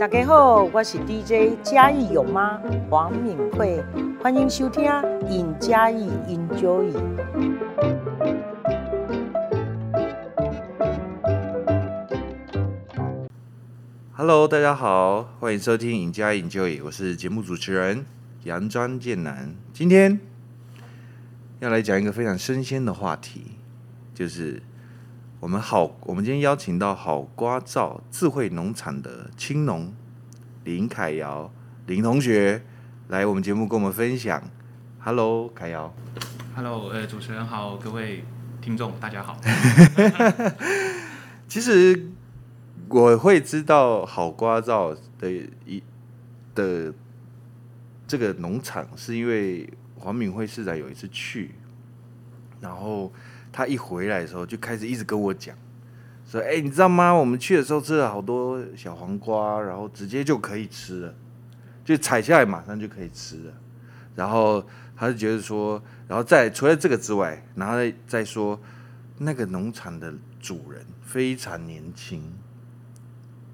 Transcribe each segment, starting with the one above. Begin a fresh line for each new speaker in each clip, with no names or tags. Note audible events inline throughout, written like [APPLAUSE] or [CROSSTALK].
大家好，我是 DJ 嘉义有妈黄敏慧，欢迎收听《尹嘉义 Enjoy》。
Hello，大家好，欢迎收听《赢家 Enjoy》，我是节目主持人杨庄健男。今天要来讲一个非常生鲜的话题，就是我们好，我们今天邀请到好瓜照智慧农场的青农林凯瑶林同学来我们节目跟我们分享。Hello，凯瑶。
Hello，呃，主持人好，各位听众大家好。
其实我会知道好瓜照的一的这个农场，是因为黄敏惠市长有一次去，然后他一回来的时候就开始一直跟我讲，说：“哎、你知道吗？我们哎去的时候吃了好多小黄瓜，然后直接就可以吃了，就采下来马上就可以吃了。”然后他就觉得说，然后再除了这个之外，然后再再说那个农场的主人非常年轻，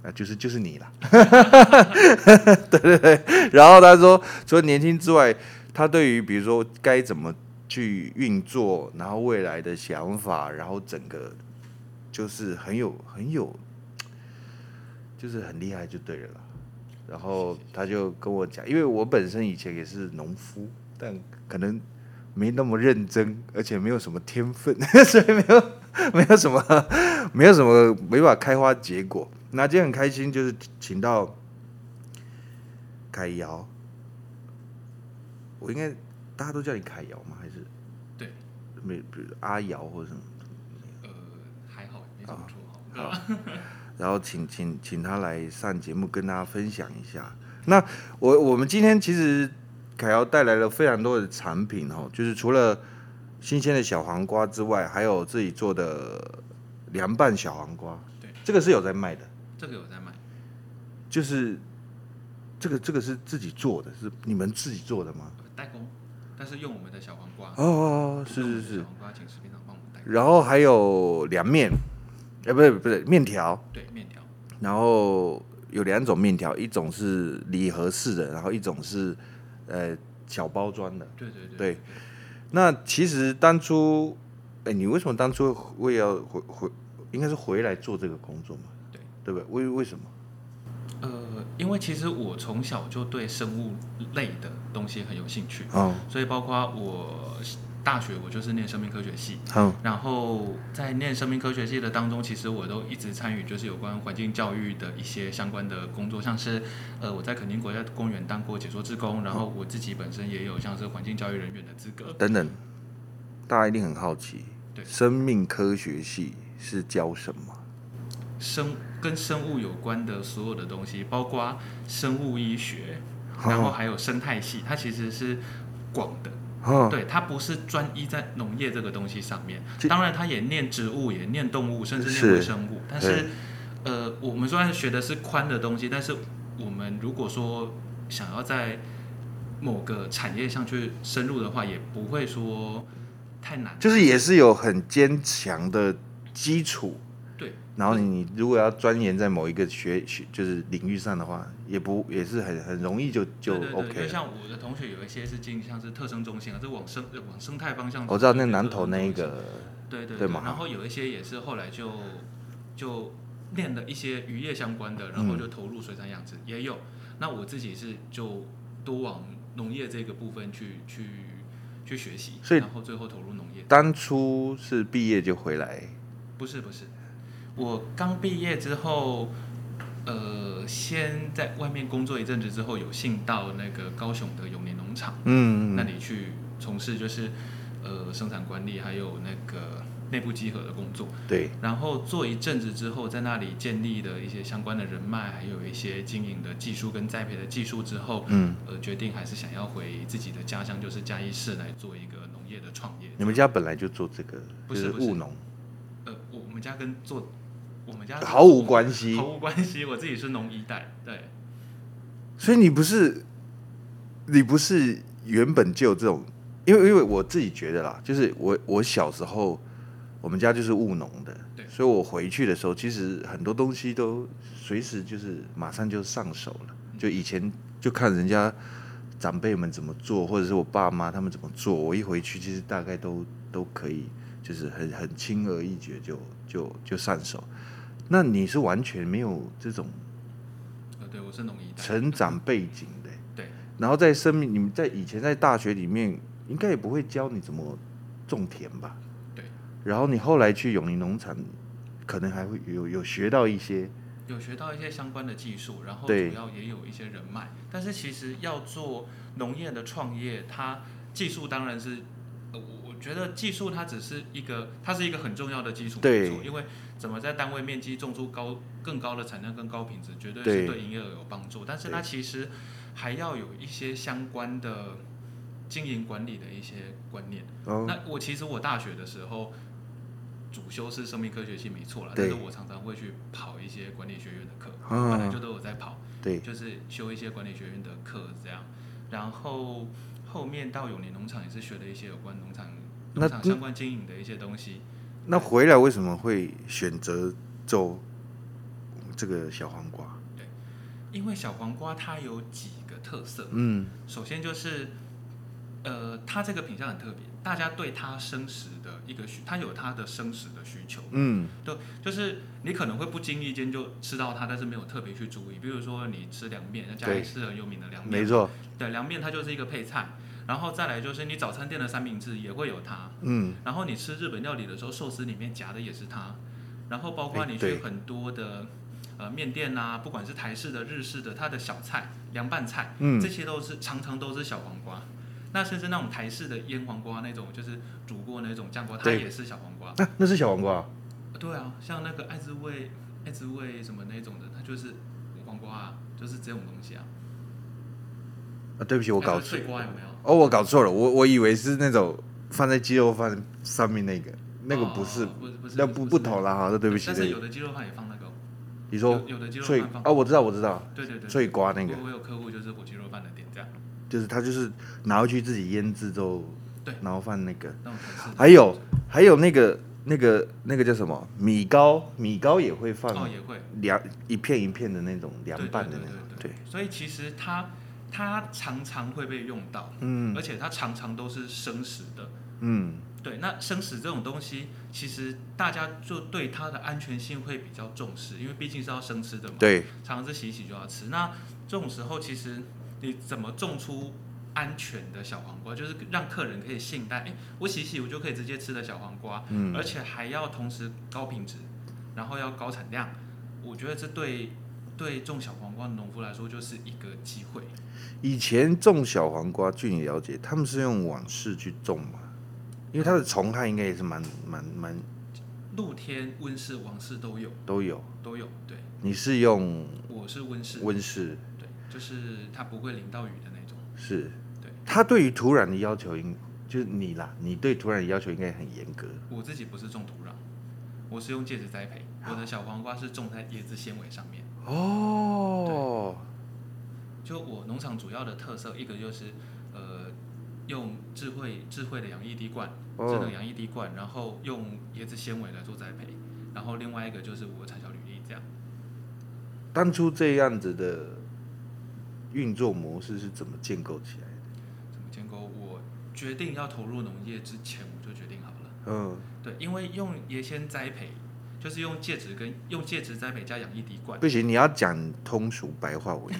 啊，就是就是你啦， [LAUGHS] 对对对。然后他说，除了年轻之外，他对于比如说该怎么去运作，然后未来的想法，然后整个就是很有很有，就是很厉害就对了啦。然后他就跟我讲，因为我本身以前也是农夫，但可能没那么认真，而且没有什么天分， [LAUGHS] 所以没有没有什么没有什么没法开花结果。那今天很开心，就是请到凯瑶，我应该大家都叫你凯瑶吗？还是
对，
没比如阿瑶或者什么？
呃，还好，没什么绰号。
好，然后请请请他来上节目，跟大家分享一下。那我我们今天其实凯瑶带来了非常多的产品哦，就是除了新鲜的小黄瓜之外，还有自己做的凉拌小黄瓜。
对，
这个是有在卖的，
[LAUGHS] 这个有在卖，
就是这个这个是自己做的，是你们自己做的吗？
呃代工，但是用我们的小黄瓜。
哦哦，哦是
用
是
我们的
是
小。黄瓜请食品厂帮我们代工。
然后还有凉面，哎、不对不对，面条。
对，面条，
然后有两种面条，一种是礼盒式的，然后一种是呃小包装的。
对对对
对那其实当初，哎，你为什么当初会要回回，应该是回来做这个工作嘛？
对，
对不对？为为什么？
呃，因为其实我从小就对生物类的东西很有兴趣，
哦，
所以包括我大学我就是念生命科学系，
好，
然后在念生命科学系的当中，其实我都一直参与就是有关环境教育的一些相关的工作，像是呃我在垦丁国家公园当过解说志工，然后我自己本身也有像是环境教育人员的资格。
等等，大家一定很好奇，
对
生命科学系是教什么？
生跟生物有关的所有的东西，包括生物医学，然后还有生态系，它其实是广的。
哦，
对，它不是专一在农业这个东西上面
这。
当然，它也念植物，也念动物，甚至
是
念微生物。但
对
是，呃，我们虽然学的是宽的东西，但是我们如果说想要在某个产业上去深入的话，也不会说太难。
就是也是有很坚强的基础，
对，
然后你如果要钻研在某一个学学就是领域上的话，也不也是很很容易就就
对对对
OK
就
了。
像我的同学有一些是进像是特生中心啊，这往生呃往生态方向走。
我知道
就
那
是
南
特
投
生
那
中
一
心
个，
对对
对
对，
嘛
然后有一些也是后来就就练了一些渔业相关的，然后就
嗯
投入水产养殖、也有。那我自己是就多往农业这个部分去去去学习，
所以
然后最后投入农业。
当初是毕业就回来，
不是不是，我刚毕业之后，呃，先在外面工作一阵子之后，有幸到那个高雄的永年农场。
嗯，
那里去从事就是呃生产管理还有那个内部集合的工作，
对，
然后做一阵子之后，在那里建立的一些相关的人脉，还有一些经营的技术跟栽培的技术之后，
嗯，
呃，决定还是想要回自己的家乡，就是嘉义市来做一个农业的创业。
你们家本来就做这个，
不
就是是
不是
务农，
呃，我我们家跟做我们家
毫无关系
毫，无关系，我自己是农一代，对。
所以你不是你不是原本就有这种，因为因为我自己觉得啦，就是我我小时候我们家就是务农的
对，
所以我回去的时候，其实很多东西都随时就是马上就上手了。就以前就看人家长辈们怎么做，或者是我爸妈他们怎么做，我一回去其实大概都都可以，就是很很轻而易举就就就上手。那你是完全没有这种
呃，对我是农一代，
成长背景的，
对，
然后在生命，你们在以前在大学里面，应该也不会教你怎么种田吧？
对。
然后你后来去永宁农场，可能还会有有学到一些，
有学到一些相关的技术，然后
对
主要也有一些人脉。但是其实要做农业的创业，它技术当然是，呃我我觉得技术它只是一个，它是一个很重要的基础
对
没错因为怎么在单位面积种出高更高的产量、更高品质，绝对
对
是对营业额有帮助。但是它
对
其实还要有一些相关的经营管理的一些观念。
哦，
那我其实我大学的时候，主修是生命科学系没错啦，但
对
是我常常会去跑一些管理学院的课，
啊
本来就都有在跑，
对，
就是修一些管理学院的课这样。然后后面到永年农场也是学了一些有关农场
那嗯
农场相关经营的一些东西。
那回来为什么会选择做这个小黄瓜？
因为小黄瓜它有几个特色，
嗯，
首先就是，呃，它这个品相很特别，大家对它生食的一个需，它有它的生食的需求。
嗯，
对，就是你可能会不经意间就吃到它，但是没有特别去注意。比如说你吃凉面，那家
对
里是很有名的凉面，
没，错，
对，凉面它就是一个配菜。然后再来就是你早餐店的三明治也会有它，
嗯，
然后你吃日本料理的时候，寿司里面夹的也是它，然后包括
哎
你
对
去很多的呃面店啊，不管是台式的、日式的，它的小菜、凉拌菜，
嗯
这些都是常常都是小黄瓜。那甚至那种台式的腌黄瓜那种，就是煮过那种酱瓜，它
对
也是小黄瓜。
那、那是小黄瓜啊，
对啊，像那个爱滋味、爱滋味什么那种的，它就是黄瓜啊，就是这种东西啊。
啊对不起，我搞
爱
错
滋味，脆瓜有没有？
哦，我搞错了，我我以为是那种放在鸡肉饭上面那个，那个不是
哦，不是不是，
那不
是
不同。啦，哈，那对不起
但，
对
是
不
有
起。
的鸡肉饭也放那个哦，
你说
有有的鸡肉
脆
饭放
啊，我知道我知道，
对对对，
脆瓜那个
我我有客户就是火鸡肉饭的点这样，
就是它就是拿回去自己腌制之后，
对
然后放那个，
那种哦台式的。
还有还有那个那个那个叫什么米糕，米糕也会
哦
放
也会
凉一片一片的那种凉拌的那种，
对
对，
所以其实它它常常会被用到，
嗯
而且它常常都是生食的。
嗯，
对，那生死这种东西，其实大家就对它的安全性会比较重视，因为毕竟是要生吃的嘛，
对，
常常是洗一洗就要吃。那这种时候，其实你怎么种出安全的小黄瓜，就是让客人可以信赖，哎，我洗洗我就可以直接吃的小黄瓜，
嗯
而且还要同时高品质，然后要高产量，我觉得这对对种小黄瓜的农夫来说就是一个机会。
以前种小黄瓜，据你了解，他们是用网式去种嘛？因为它的虫害应该也是蛮蛮蛮
露天、温室、王室都有，
都有。
都有。对，
你是用
我是温室。
温室
对，就是它不会淋到雨的那种。
是？
对，
它对于土壤的要求应就是你啦，你对土壤的要求应该很严格。
我自己不是种土壤，我是用介质栽培，我的小黄瓜是种在椰子纤维上面。
哦，
就我农场主要的特色，一个就是呃，用智慧智慧的养液滴灌，智能
哦，
养液滴灌，然后用椰子纤维来做栽培，然后另外一个就是我的产销履历这样。
当初这样子的运作模式是怎么建构起来的？
怎么建构？我决定要投入农业之前，我就决定好了。
嗯，
对，因为用椰先栽培，就是用介质跟用介质栽培加养液滴灌。
不行，你要讲通俗白话
[LAUGHS]
文，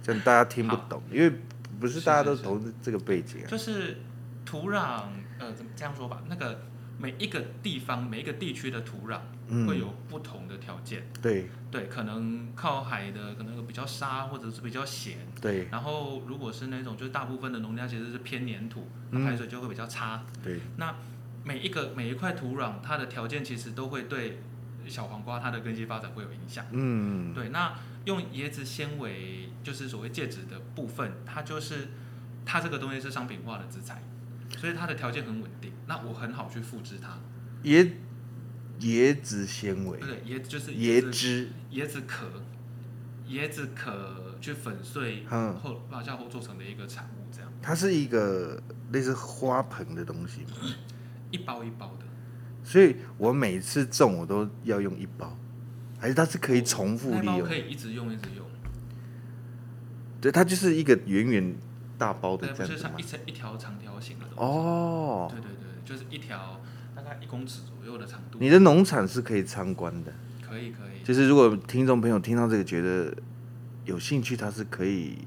这样大家听不懂，因为不是
是
大家都
是是
同这个背景啊。
就是土壤，呃，怎么这样说吧？那个每一个地方、每一个地区的土壤
嗯
会有不同的条件，
对
对，可能靠海的可能比较沙，或者是比较咸。
对
然后如果是那种就是大部分的农家其实是偏粘土，
嗯
那排水就会比较差。
对，
那每一个每一块土壤，它的条件其实都会对小黄瓜它的根系发展会有影响。
嗯，
对，那用椰子纤维就是所谓介质的部分，它就是它这个东西是商品化的资材，所以它的条件很稳定。那我很好去复制它，
椰椰子纤维
对不，对？椰就是
椰
子
汁，
椰子壳，椰子壳去粉碎
嗯
后发酵后做成的一个产物，这样
它是一个类似花盆的东西嘛，
一包一包的。
所以我每次种我都要用一包，还是它是可以重复利
嗯那包
用
可？以一直用一直用，
对，它就是一个圆圆大包的这
对，不
样
是
子嘛
像一。层一条长条形的东西。
哦，
对对对，就是一条大概一公尺左右的长度。
你的农场是可以参观的，
可以可以，
就是如果听众朋友听到这个觉得有兴趣，他是可以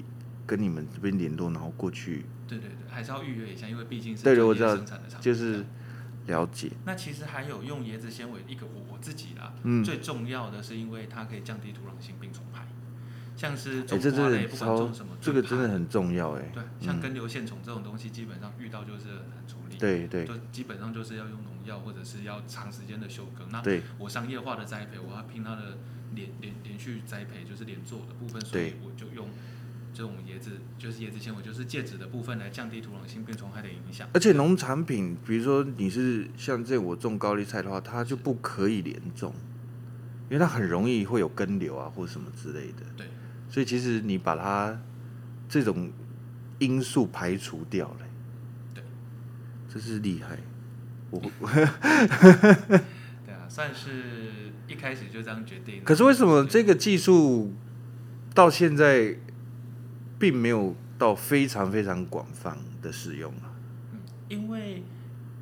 跟你们这边联络，然后过去
对对对，还是要预约一下，因为毕竟是
对
专
我
业
知道
生产的场地
就是了解。
那其实还有用椰子纤维，一个我我自己啦，
嗯
最重要的是因为它可以降低土壤性病虫害，像是
哎、
种
这
花
真的
类，
很
不管
超
种什么，，
这
最
个真的
怕
很重要哎、
对，像根瘤线虫这种东西，基本上遇到就是很难处理，，
对对
就基本上就是要用农药或者是要长时间的休耕。那
对，
我商业化的栽培，我要拼它的连连连续栽培，就是连做的部分，所
对
以我就用这种椰子，就是椰子纤维，就是介质的部分来降低土壤性病虫害的影响。
而且农产品，比如说你是像这我种高丽菜的话，它就不可以连种，因为它很容易会有根瘤啊或什么之类的。
对，
所以其实你把它这种因素排除掉了、
对，
这是厉害。我
对啊，算是一开始就这样决定。
可是为什么这
个？
个技术到现在并没有到非常非常广泛的使用啊？
嗯，因为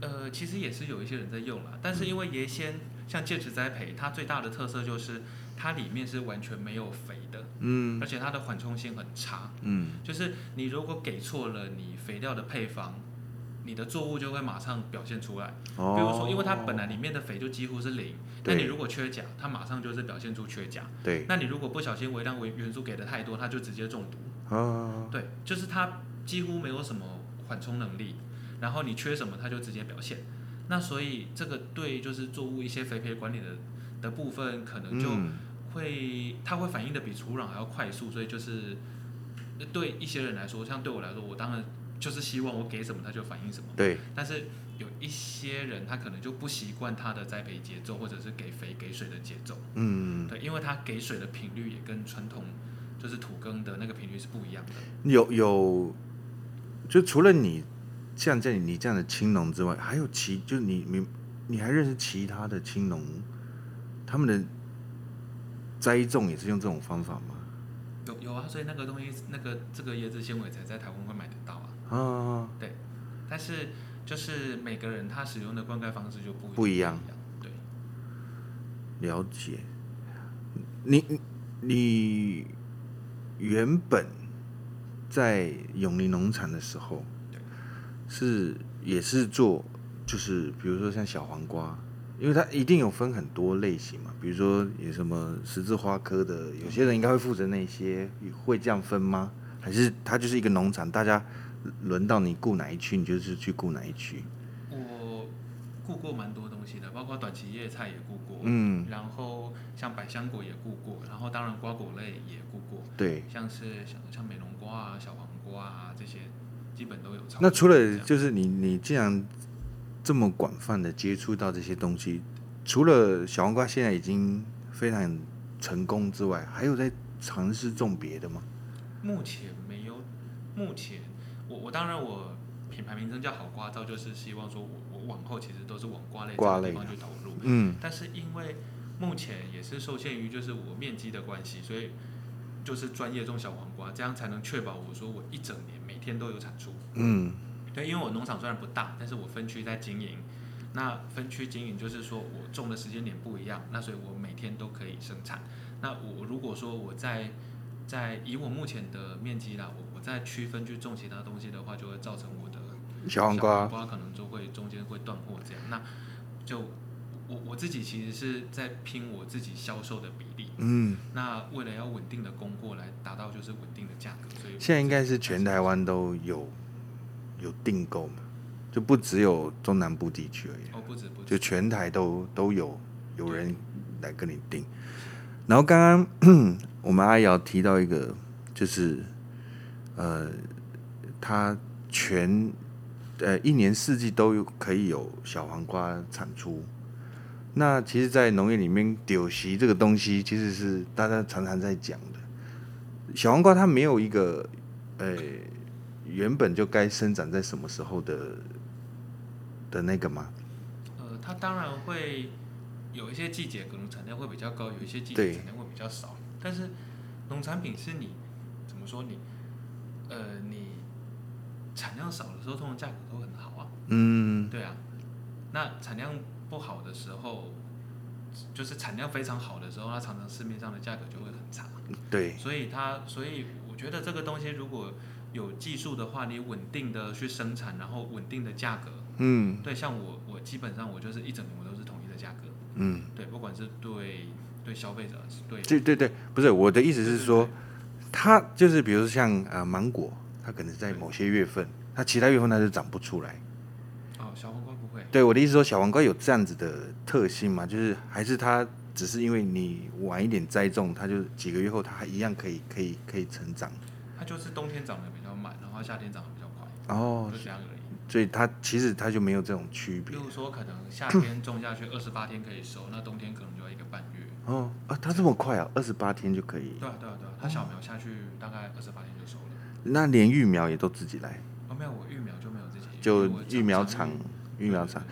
呃，其实也是有一些人在用啦，但是因为椰鲜像介质栽培，它最大的特色就是它里面是完全没有肥的，
嗯
而且它的缓冲性很差。
嗯，
就是你如果给错了你肥料的配方，你的作物就会马上表现出来。
哦，
比如说，因为它本来里面的肥就几乎是零，那
对
你如果缺钾，它马上就是表现出缺钾。
对
那你如果不小心微量元元素给的太多，它就直接中毒。
啊，
对，就是它几乎没有什么缓冲能力，然后你缺什么它就直接表现。那所以这个对就是作物一些肥培管理的的部分，可能就
嗯
会、它会反应的比土壤还要快速，所以就是呃对一些人来说，像对我来说，我当然就是希望我给什么它就反应什么。
对
但是有一些人他可能就不习惯它的栽培节奏，或者是给肥给水的节奏。
嗯，
对，因为它给水的频率也跟传统就是土耕的那个频率是不一样的。
有有，就除了你像这你这样的青农之外，还有其就是你你你还认识其他的青农，他们的栽种也是用这种方法吗？
有有啊，所以那个东西，那个这个椰子纤维才在台湾会买得到啊。
啊，
但是就是每个人他使用的灌溉方式就不
不一样
对，
了解。你你你原本在永宁农场的时候
对，
是也是做，就是比如说像小黄瓜，因为它一定有分很多类型嘛，比如说有什么十字花科的，有些人应该会负责那些，会这样分吗？还是它就是一个农场，大家轮到你顾哪一区，你就是去顾哪一区？
我顾过蛮多东西的，包括短期叶菜也顾过，
嗯，
然后像百香果也顾过，然后当然瓜果类也顾过，
对。
像是像像美容瓜啊、小黄瓜啊这些，基本都有尝试这样。
那除了就是你你既然这么广泛的接触到这些东西，除了小黄瓜现在已经非常成功之外，还有在尝试种别的吗？
目前没有，目前我我当然我品牌名称叫好瓜造，就是希望说我我往后其实都是往瓜类这
瓜
个
类
地方去投入，
嗯，
但是因为目前也是受限于就是我面积的关系，所以就是专业种小黄瓜，这样才能确保我说我一整年每天都有产出。
嗯，
对，因为我农场虽然不大，但是我分区在经营。那分区经营就是说我种的时间点不一样，那所以我每天都可以生产。那我如果说我在在以我目前的面积啦，我我在区分去种其他东西的话，就会造成我的
嗯小黄
瓜
瓜，
可能就会中间会断货这样。那就我我自己其实是在拼我自己销售的比例，
嗯，
那为了要稳定的供货来达到就是稳定的价格，所以我
现在应该是全台湾都有有订购嘛，就不只有中南部地区而已。
哦不止不止
就全台都都有有人来跟你订。然后刚刚 [CLEARS THROAT] 我们阿瑶提到一个，就是呃，他全呃一年四季都有可以有小黄瓜产出。那其实，在农业里面，丢席这个东西其实是大家常常在讲的。小黄瓜它没有一个呃原本就该生长在什么时候的的那个吗？
呃，它当然会有一些季节可能产量会比较高，有一些季
对
节产量会比较少。但是农产品是你怎么说你呃你产量少的时候，通常价格都很好啊。
嗯，
对啊，那产量不好的时候，就是产量非常好的时候，它常常市面上的价格就会很差。
对，
所以它，所以我觉得这个东西如果有技术的话，你稳定的去生产，然后稳定的价格。
嗯
对，像我，我基本上我就是一整年我都是统一的价格。
嗯，
对，不管是对对消费者，是对
对对对，不是我的意思是说，，它就是比如说像呃芒果，它可能在某些月份，它其他月份它就长不出来。
对对哦，小黄瓜不会。
对我的意思说，小黄瓜有这样子的特性吗？就是还是它只是因为你晚一点栽种，它就几个月后它还一样可以可以可以成长。
它就是冬天长得比较慢，然后它夏天长得比较快，
哦
就，这样而已。
所以它其实它就没有这种区
比
别。
如说，可能夏天种下去二十八天可以收，那冬天可能就要一个半月。
哦啊，它这么快啊，二十八天就可以。
对啊，对啊，对啊，它小苗下去大概二十八天就收了。
那连育苗也都自己来，
哦，没有，我育苗就没有这些，
就
因为我
育苗场，育苗场。。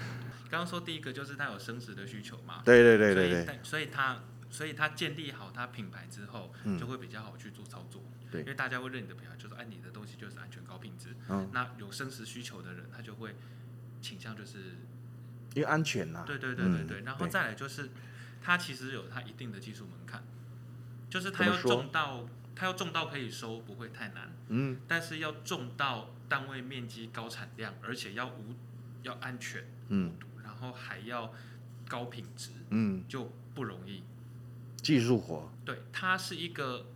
刚刚说第一个就是它有生殖的需求嘛，
对对对对
所以
对，
但，所以它所以它建立好它品牌之后，
嗯
就会比较好去做操作，
对
因为大家会认你的品牌，就是哎你的东西就是安全高品质，
嗯，
那有生殖需求的人他就会倾向就是
因为安全呐、
对对对对
嗯
对，然后再来就是，它其实有它一定的技术门槛，就是它
怎么
要
说
种到它要种到可以收不会太难，
嗯
但是要种到单位面积高产量，而且要无要安全，
嗯
然后还要高品质，
嗯，
就不容易。
技术活，
对，它是一个，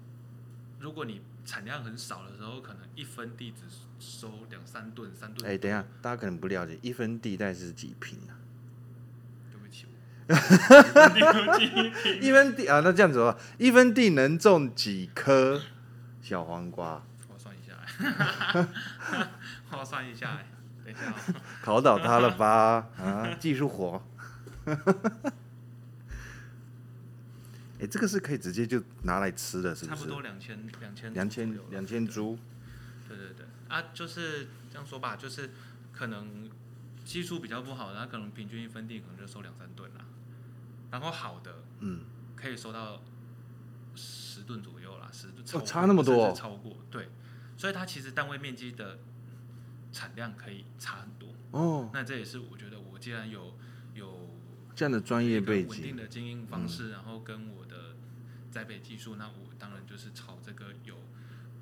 如果你产量很少的时候，可能一分地只收两三吨，三吨。
哎、等一下，大家可能不了解，一分地带是几平啊？
对不起，我 [LAUGHS] 对不起
一分地啊，那这样子的话，一分地能种几颗小黄瓜？
我算
[LAUGHS]
一下，我算一下，等一下、哦，
考倒他了
[LAUGHS]
吧？啊，技术活。 [LAUGHS] 哎、这个是可以直接就拿来吃的，是
差
不
不
是？
多两千两千
两
左
千
右了
两千株，
对对对啊，就是这样说吧，就是可能技术比较不好的，他可能平均一分地可能就收两三吨啦，然后好的
嗯，
可以收到十吨左右啦，十
哦
吨、
差那么多
甚至超过对，所以它其实单位面积的产量可以差很多。
哦，
那这也是我觉得我既然有有
这样的专业背
稳定
景，嗯
的经营方式，然后跟我的栽培技术，那我当然就是朝这个有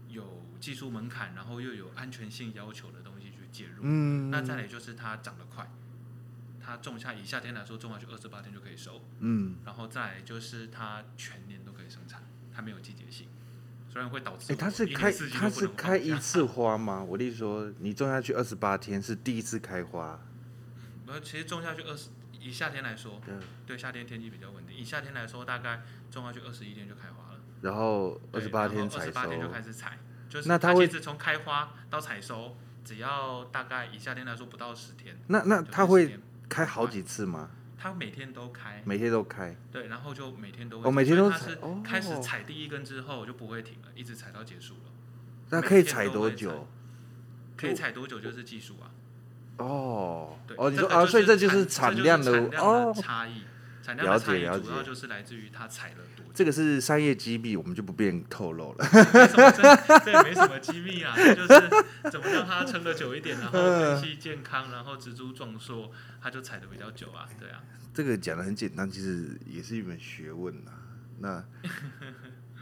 有技术门槛，然后又有安全性要求的东西去介入。
嗯，
那再来就是它长得快，它种下以夏天来说，种下去二十八天就可以收，
嗯，
然后再来就是它全年都可以生产，它没有季节性，虽然会导
哎、
致
它是
我一年
开
四季
它
都不
是
能
开
放假
一次花吗？我的意思说，你种下去二十八天是第一次开花，
那呃其实种下去二十，以夏天来说，
嗯
对夏天天气比较稳定。以夏天来说，大概种下去二十一天就开花了，
然后二十八天
二
采
十
收
八，天就开始采，就是
那它
它
会
其实从开花到采收，只要大概以夏天来说不到十天。
那那
九
它
十
会
天，
开好几次吗？
它每天都开，
每天都开，
对，然后就每天都会
哦
采
每天都
所以它
采
是
哦
开始采第一根之后就不会停了，一直采到结束了。
那
每
可以
天
采
都
多
会
久？
可以
就
采多久就是技术啊。
哦
对，
哦，你
这
说
个
啊，
就
所以这就是是
产
产
这就是
量的
产量
哦
的，差异，产量
了
的
解
差
了
异主要
解
就是来自于它采了多久。
这个是商业机密，我们就不便透露了。
没什么这这也没什么机密
[LAUGHS]
啊，就是怎么让它撑得久一点，然后
嗯
根系健康，然后植株壮硕，它就采的比较久啊，对啊，
这个讲的很简单，其实也是一门学问呐、那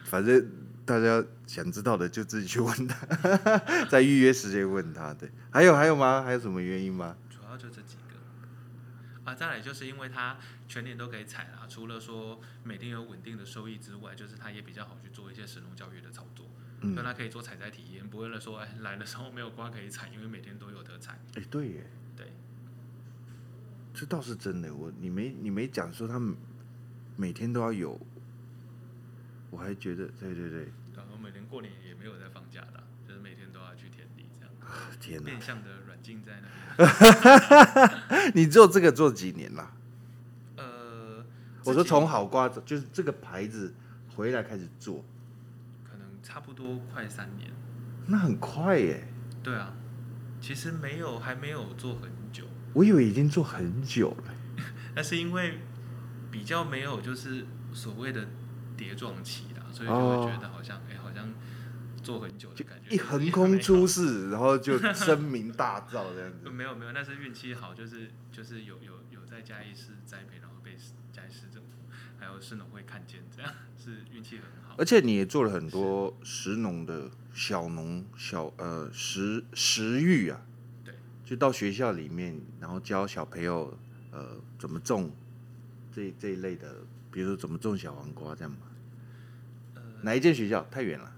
反正大家想知道的就自己去问他， [LAUGHS] 在预约时间问他。对，还有还有吗？还有什么原因吗？
主要就这几个。啊，再来就是因为它全年都可以采啦，除了说每天有稳定的收益之外，就是它也比较好去做一些神农教育的操作，
嗯
就，它可以做采摘体验，不会了说哎来的时候没有瓜可以采，因为每天都有得采。
哎、对耶，
对，
这倒是真的。我你没你没讲说他们每天都要有，我还觉得对对对，
然后每年过年也没有在放假的啊，就是每天都要去田里这样，
天哪，
变相的软禁在那边。
你做这个做几年啦？
呃，
我
自
说
己
从好瓜就是这个牌子回来开始做，
可能差不多快三年。
那很快耶。
对啊，其实没有，还没有做很久。
我以为已经做很久了。
但是因为比较没有就是所谓的跌撞期啦，所以就会觉得好像哎、好像做很久的感觉，
哦一横空出世，然后就声名大噪这样子。
[LAUGHS] 没有没有，那是运气好，就是就是有有有在嘉义市栽培，然后被市嘉义市政府还有市农会看见，这样是运气很好。
[LAUGHS] 而且你也做了很多食农的小农小呃食食育啊，
对，
就到学校里面，然后教小朋友呃怎么种这这一类的，比如说怎么种小黄瓜这样嘛。哪一间学校？太远了。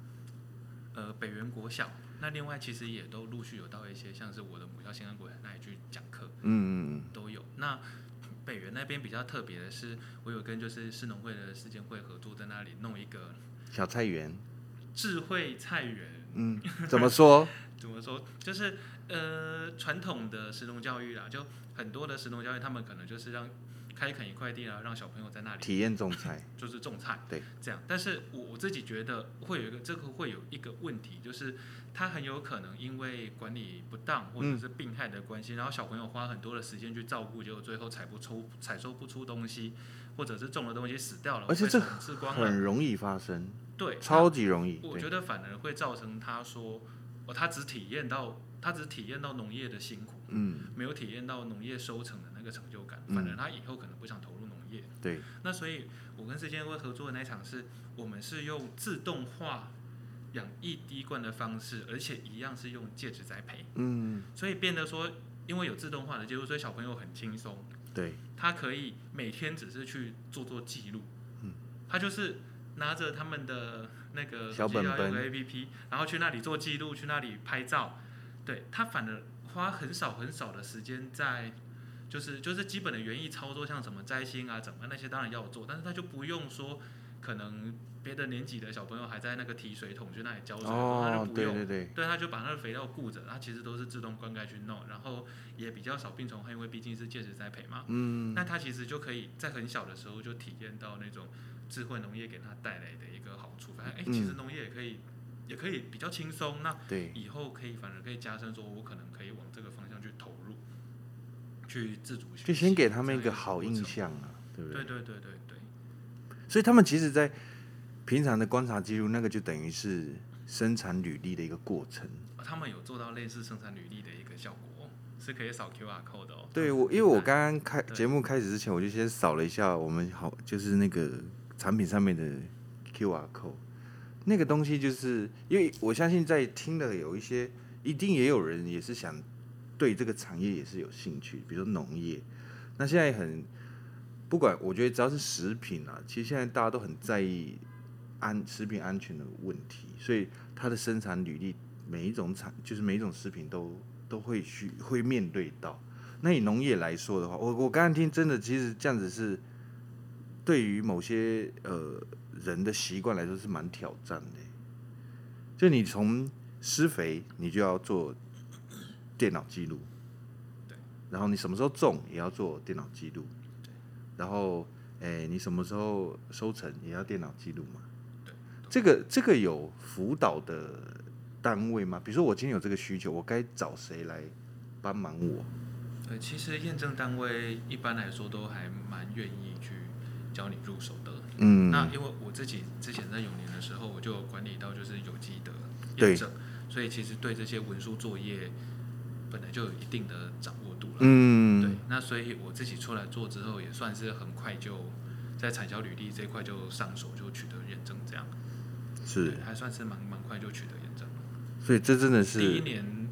呃，北园国小，那另外其实也都陆续有到一些像是我的母校新安国小那里去讲课，
嗯嗯
都有。那北园那边比较特别的是，我有跟就是市农会的市建会合作，在那里弄一个
嗯，小菜
[LAUGHS]
园。
智慧菜园。
嗯，怎么说？
怎么说？就是呃，传统的食农教育啦，就很多的食农教育，他们可能就是让开垦一块地啊，让小朋友在那里
体验种菜。
就是种菜，
对，
这样。但是我我自己觉得会有一个这个会有一个问题，就是他很有可能因为管理不当或
嗯
者是病害的关系，然后小朋友花很多的时间去照顾，结果最后采不出采收不出东西，或者是种的东西死掉了，
而且
被
这
虫吃光了，
很容易发生，
对，
超级容易。
我
对，
觉得反而会造成他说，哦，他只体验到他只体验到农业的辛苦，
嗯，
没有体验到农业收成的那个成就感，
嗯
反而他以后可能不想投入农业。
对，
那所以，我跟世界会合作的那一场是，我们是用自动化养一滴灌的方式，而且一样是用介质栽培，
嗯，
所以变得说，因为有自动化的介入，所以小朋友很轻松，
对，
他可以每天只是去做做记录，
嗯，
他就是拿着他们的那个
小本本
A P P，然后去那里做记录，去那里拍照，对他反而花很少很少的时间在。就是就是基本的园艺操作，像什么摘星啊、怎么那些当然要做，但是他就不用说，可能别的年级的小朋友还在那个提水桶去那里浇水，他就
哦，
不
对
用，
对对，
对，他就把那个肥料顾着，它其实都是自动灌溉去弄，然后也比较少病虫害，因为毕竟是介质栽培嘛。
嗯，
那他其实就可以在很小的时候就体验到那种智慧农业给他带来的一个好处。反正哎，
嗯
其实农业也可以，也可以比较轻松。那
对，
以后可以反而可以加深说，我可能可以往这个方向去投入，去自主学习。
就先给他们一
这
个
样
好
过
印
程。
象啊，对不
对对对对对，
所以他们其实，在平常的观察记录，那个就等于是生产履历的一个过程。
他们有做到类似生产履历的一个效果，是可以扫 QR code 的哦。
对我，因为我刚刚开
对
节目开始之前，我就先扫了一下我们好就是那个产品上面的 QR code，那个东西就是因为我相信在听的有一些，一定也有人也是想对这个产业也是有兴趣，比如说农业。那现在很不管，我觉得只要是食品啊，其实现在大家都很在意安食品安全的问题，所以它的生产履历每一种产就是每一种食品都都会去会面对到。那以农业来说的话，我我刚刚听真的，其实这样子是对于某些呃人的习惯来说是蛮挑战的。就你从施肥，你就要做电脑记录，
对，
然后你什么时候种也要做电脑记录，
对，
然后哎你什么时候收成也要电脑记录嘛，
对，
这个这个有辅导的单位吗？比如说我今天有这个需求，我该找谁来帮忙我？
呃，其实验证单位一般来说都还蛮愿意去教你入手的。
嗯，
那因为我自己之前在永年的时候，我就有管理到就是有机的
对
验证，所以其实对这些文书作业本来就有一定的掌握度了。
嗯，
对，那所以我自己出来做之后，也算是很快就在产销履历这一块就上手，就取得验证，这样
是
对，还算是蛮蛮快就取得验证了。
所以这真的
第一
是
年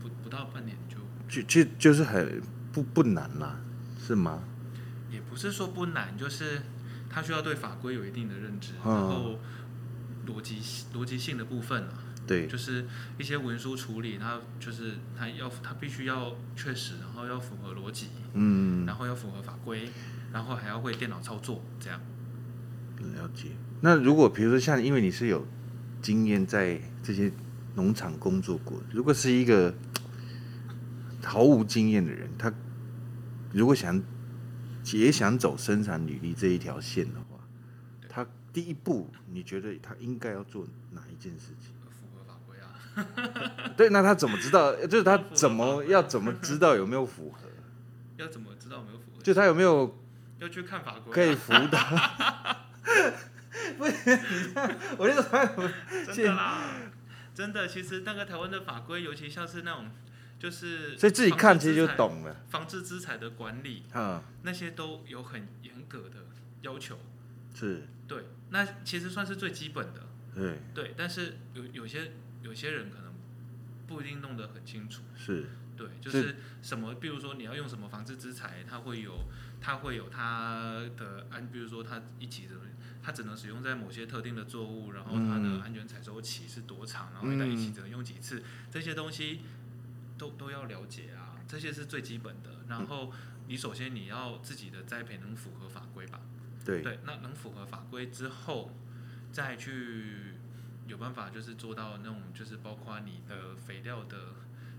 不不到半年就
就就就是很不不难啦，是吗？
也不是说不难，就是他需要对法规有一定的认知，
嗯
然后逻辑逻辑性的部分啊，
对，
就是一些文书处理，它就是它要它必须要确实，然后要符合逻辑，
嗯，
然后要符合法规，然后还要会电脑操作，这样
了解。那如果比如说像，因为你是有经验在这些农场工作过，如果是一个毫无经验的人，他如果想也想走生产履历这一条线的话，他第一步你觉得他应该要做哪一件事情？
符合法规啊。
对，那他怎么知道？就是他怎么要怎么知道有没有符合？
要怎么知道有没有符合？的，
就他有没有
要去看法规啊，
可以辅导？不是，你看我那个朋友
真的啦，真的，其实那个台湾的法规，尤其像是那种就是，
所以自己看其实就。懂了。
防治资产的管理
嗯，
那些都有很严格的要求，
是，
对，那其实算是最基本的，
对，
对。但是有有些有些人可能不一定弄得很清楚，
是，
对，就是是什么，比如说你要用什么防治资产，它会有它会有它的安，比如说它一起的，它只能使用在某些特定的作物，然后它
嗯
的安全采收期是多长，然后它一起只能用几次，这些东西都都要了解啊，这些是最基本的。然后你首先你要自己的栽培能符合法规吧，
对，
对，那能符合法规之后，再去有办法就是做到那种就是包括你的肥料的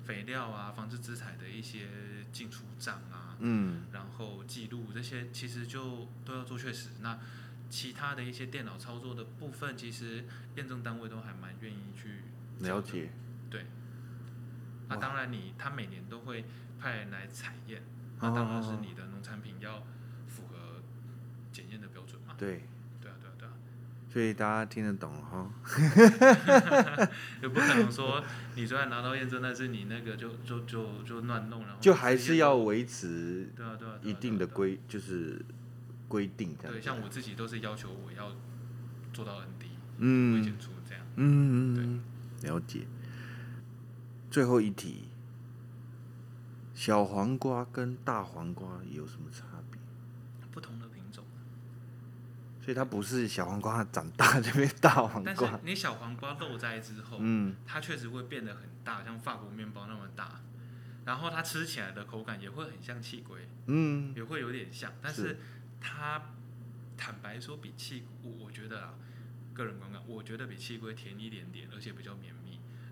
肥料啊，防治资产的一些进出账啊，
嗯，
然后记录这些其实就都要做确实。那其他的一些电脑操作的部分，其实验证单位都还蛮愿意去
了解。
那
哇
当然你，他每年都会派人来采验，那
哦
当然是你的农产品要符合检验的标准嘛。
对，
对啊，对啊，对啊。
所以大家听得懂了哈。
也不可能说你虽然拿到验证，但是你那个就就就就乱弄，然后
就还是要
直
维持
接对啊对啊对
一
啊
定的
对啊
规，就是规定这
对啊
样
对，
子。
像我自己都是要求我要做到 ND，不会
嗯
检出这样。
嗯，了解。最后一题，小黄瓜跟大黄瓜有什么差别？
不同的品种，
所以它不是小黄瓜长大就变大黄
但是
瓜，
你小黄瓜漏摘之后，
嗯，
它确实会变得很大，像法国面包那么大。然后它吃起来的口感也会很像气龟，
嗯，
也会有点像，但
是
是它坦白说比气，我我觉得啊，个人观感，我觉得比气龟甜一点点，而且比较绵密。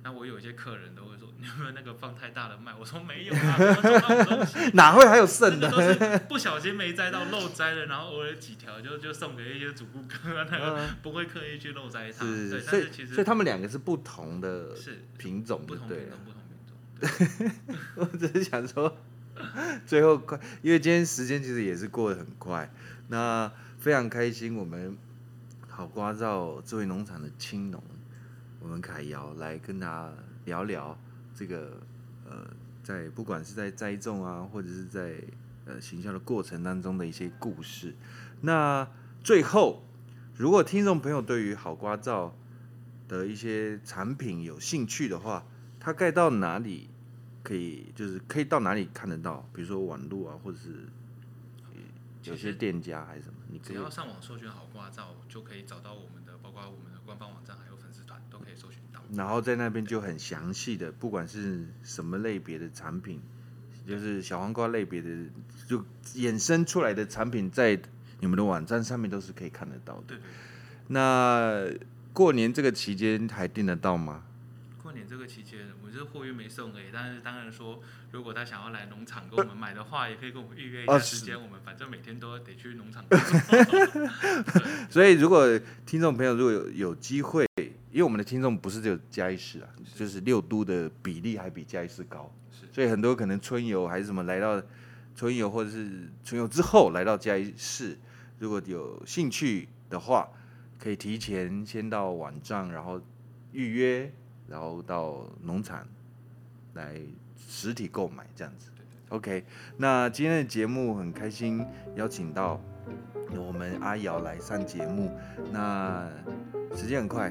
那我有一些客人都会说， [LAUGHS] 你有没有那个放太大的麦？我说没有啊，没有放那种东
[LAUGHS]
西
哪会还有
真
剩的？
的都是不小心没摘到漏摘了，然后偶尔几条就就送给一些主顾客啊，那 [LAUGHS] 个
嗯
不会刻意去漏摘它。
是，
对，
所
但
以
是其实
所以他们两个是不同的
是
品种，
不
就
同
对啊了
品种，。不同品种。对
我只是想说，最后快，因为今天时间其实也是过得很快，那非常开心，我们好瓜照智慧农场的青农，我们凯瑶来跟大家聊聊这个呃，在不管是在栽种啊，或者是在呃行销的过程当中的一些故事。那最后，如果听众朋友对于好瓜照的一些产品有兴趣的话，它该到哪里可以，就是可以到哪里看得到？比如说网络啊，或者是呃有
其
些
实
店家还是什么，你可
只
以
要上网搜寻好挂照，就可以找到我们的，包括我们的官方网站还有粉丝团都可以搜寻到。
然后在那边就很详细的，不管是什么类别的产品，就是小黄瓜类别的，就衍生出来的产品，在你们的网站上面都是可以看得到的。
对对对，
那过年这个期间还订得到吗？
过年这个期间，我们这货运没送给，但是当然说，如果他想要来农场跟我们买的话，也可以跟我们预约一
哦
下
是
时间。我们反正每天都得去农场工作。
所以如果听众朋友如果有有机会，因为我们的听众不是只有嘉义市啊，就是六都的比例还比嘉义市高，
是
所以很多可能春游还是什么来到春游或者是春游之后来到嘉义市，如果有兴趣的话，可以提前先到网站，然后预约，然后到农场来实体购买这样子。OK，那今天的节目很开心邀请到我们阿瑶来上节目，那时间很快，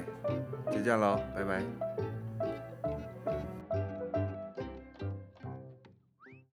就这样喽，拜拜。
拜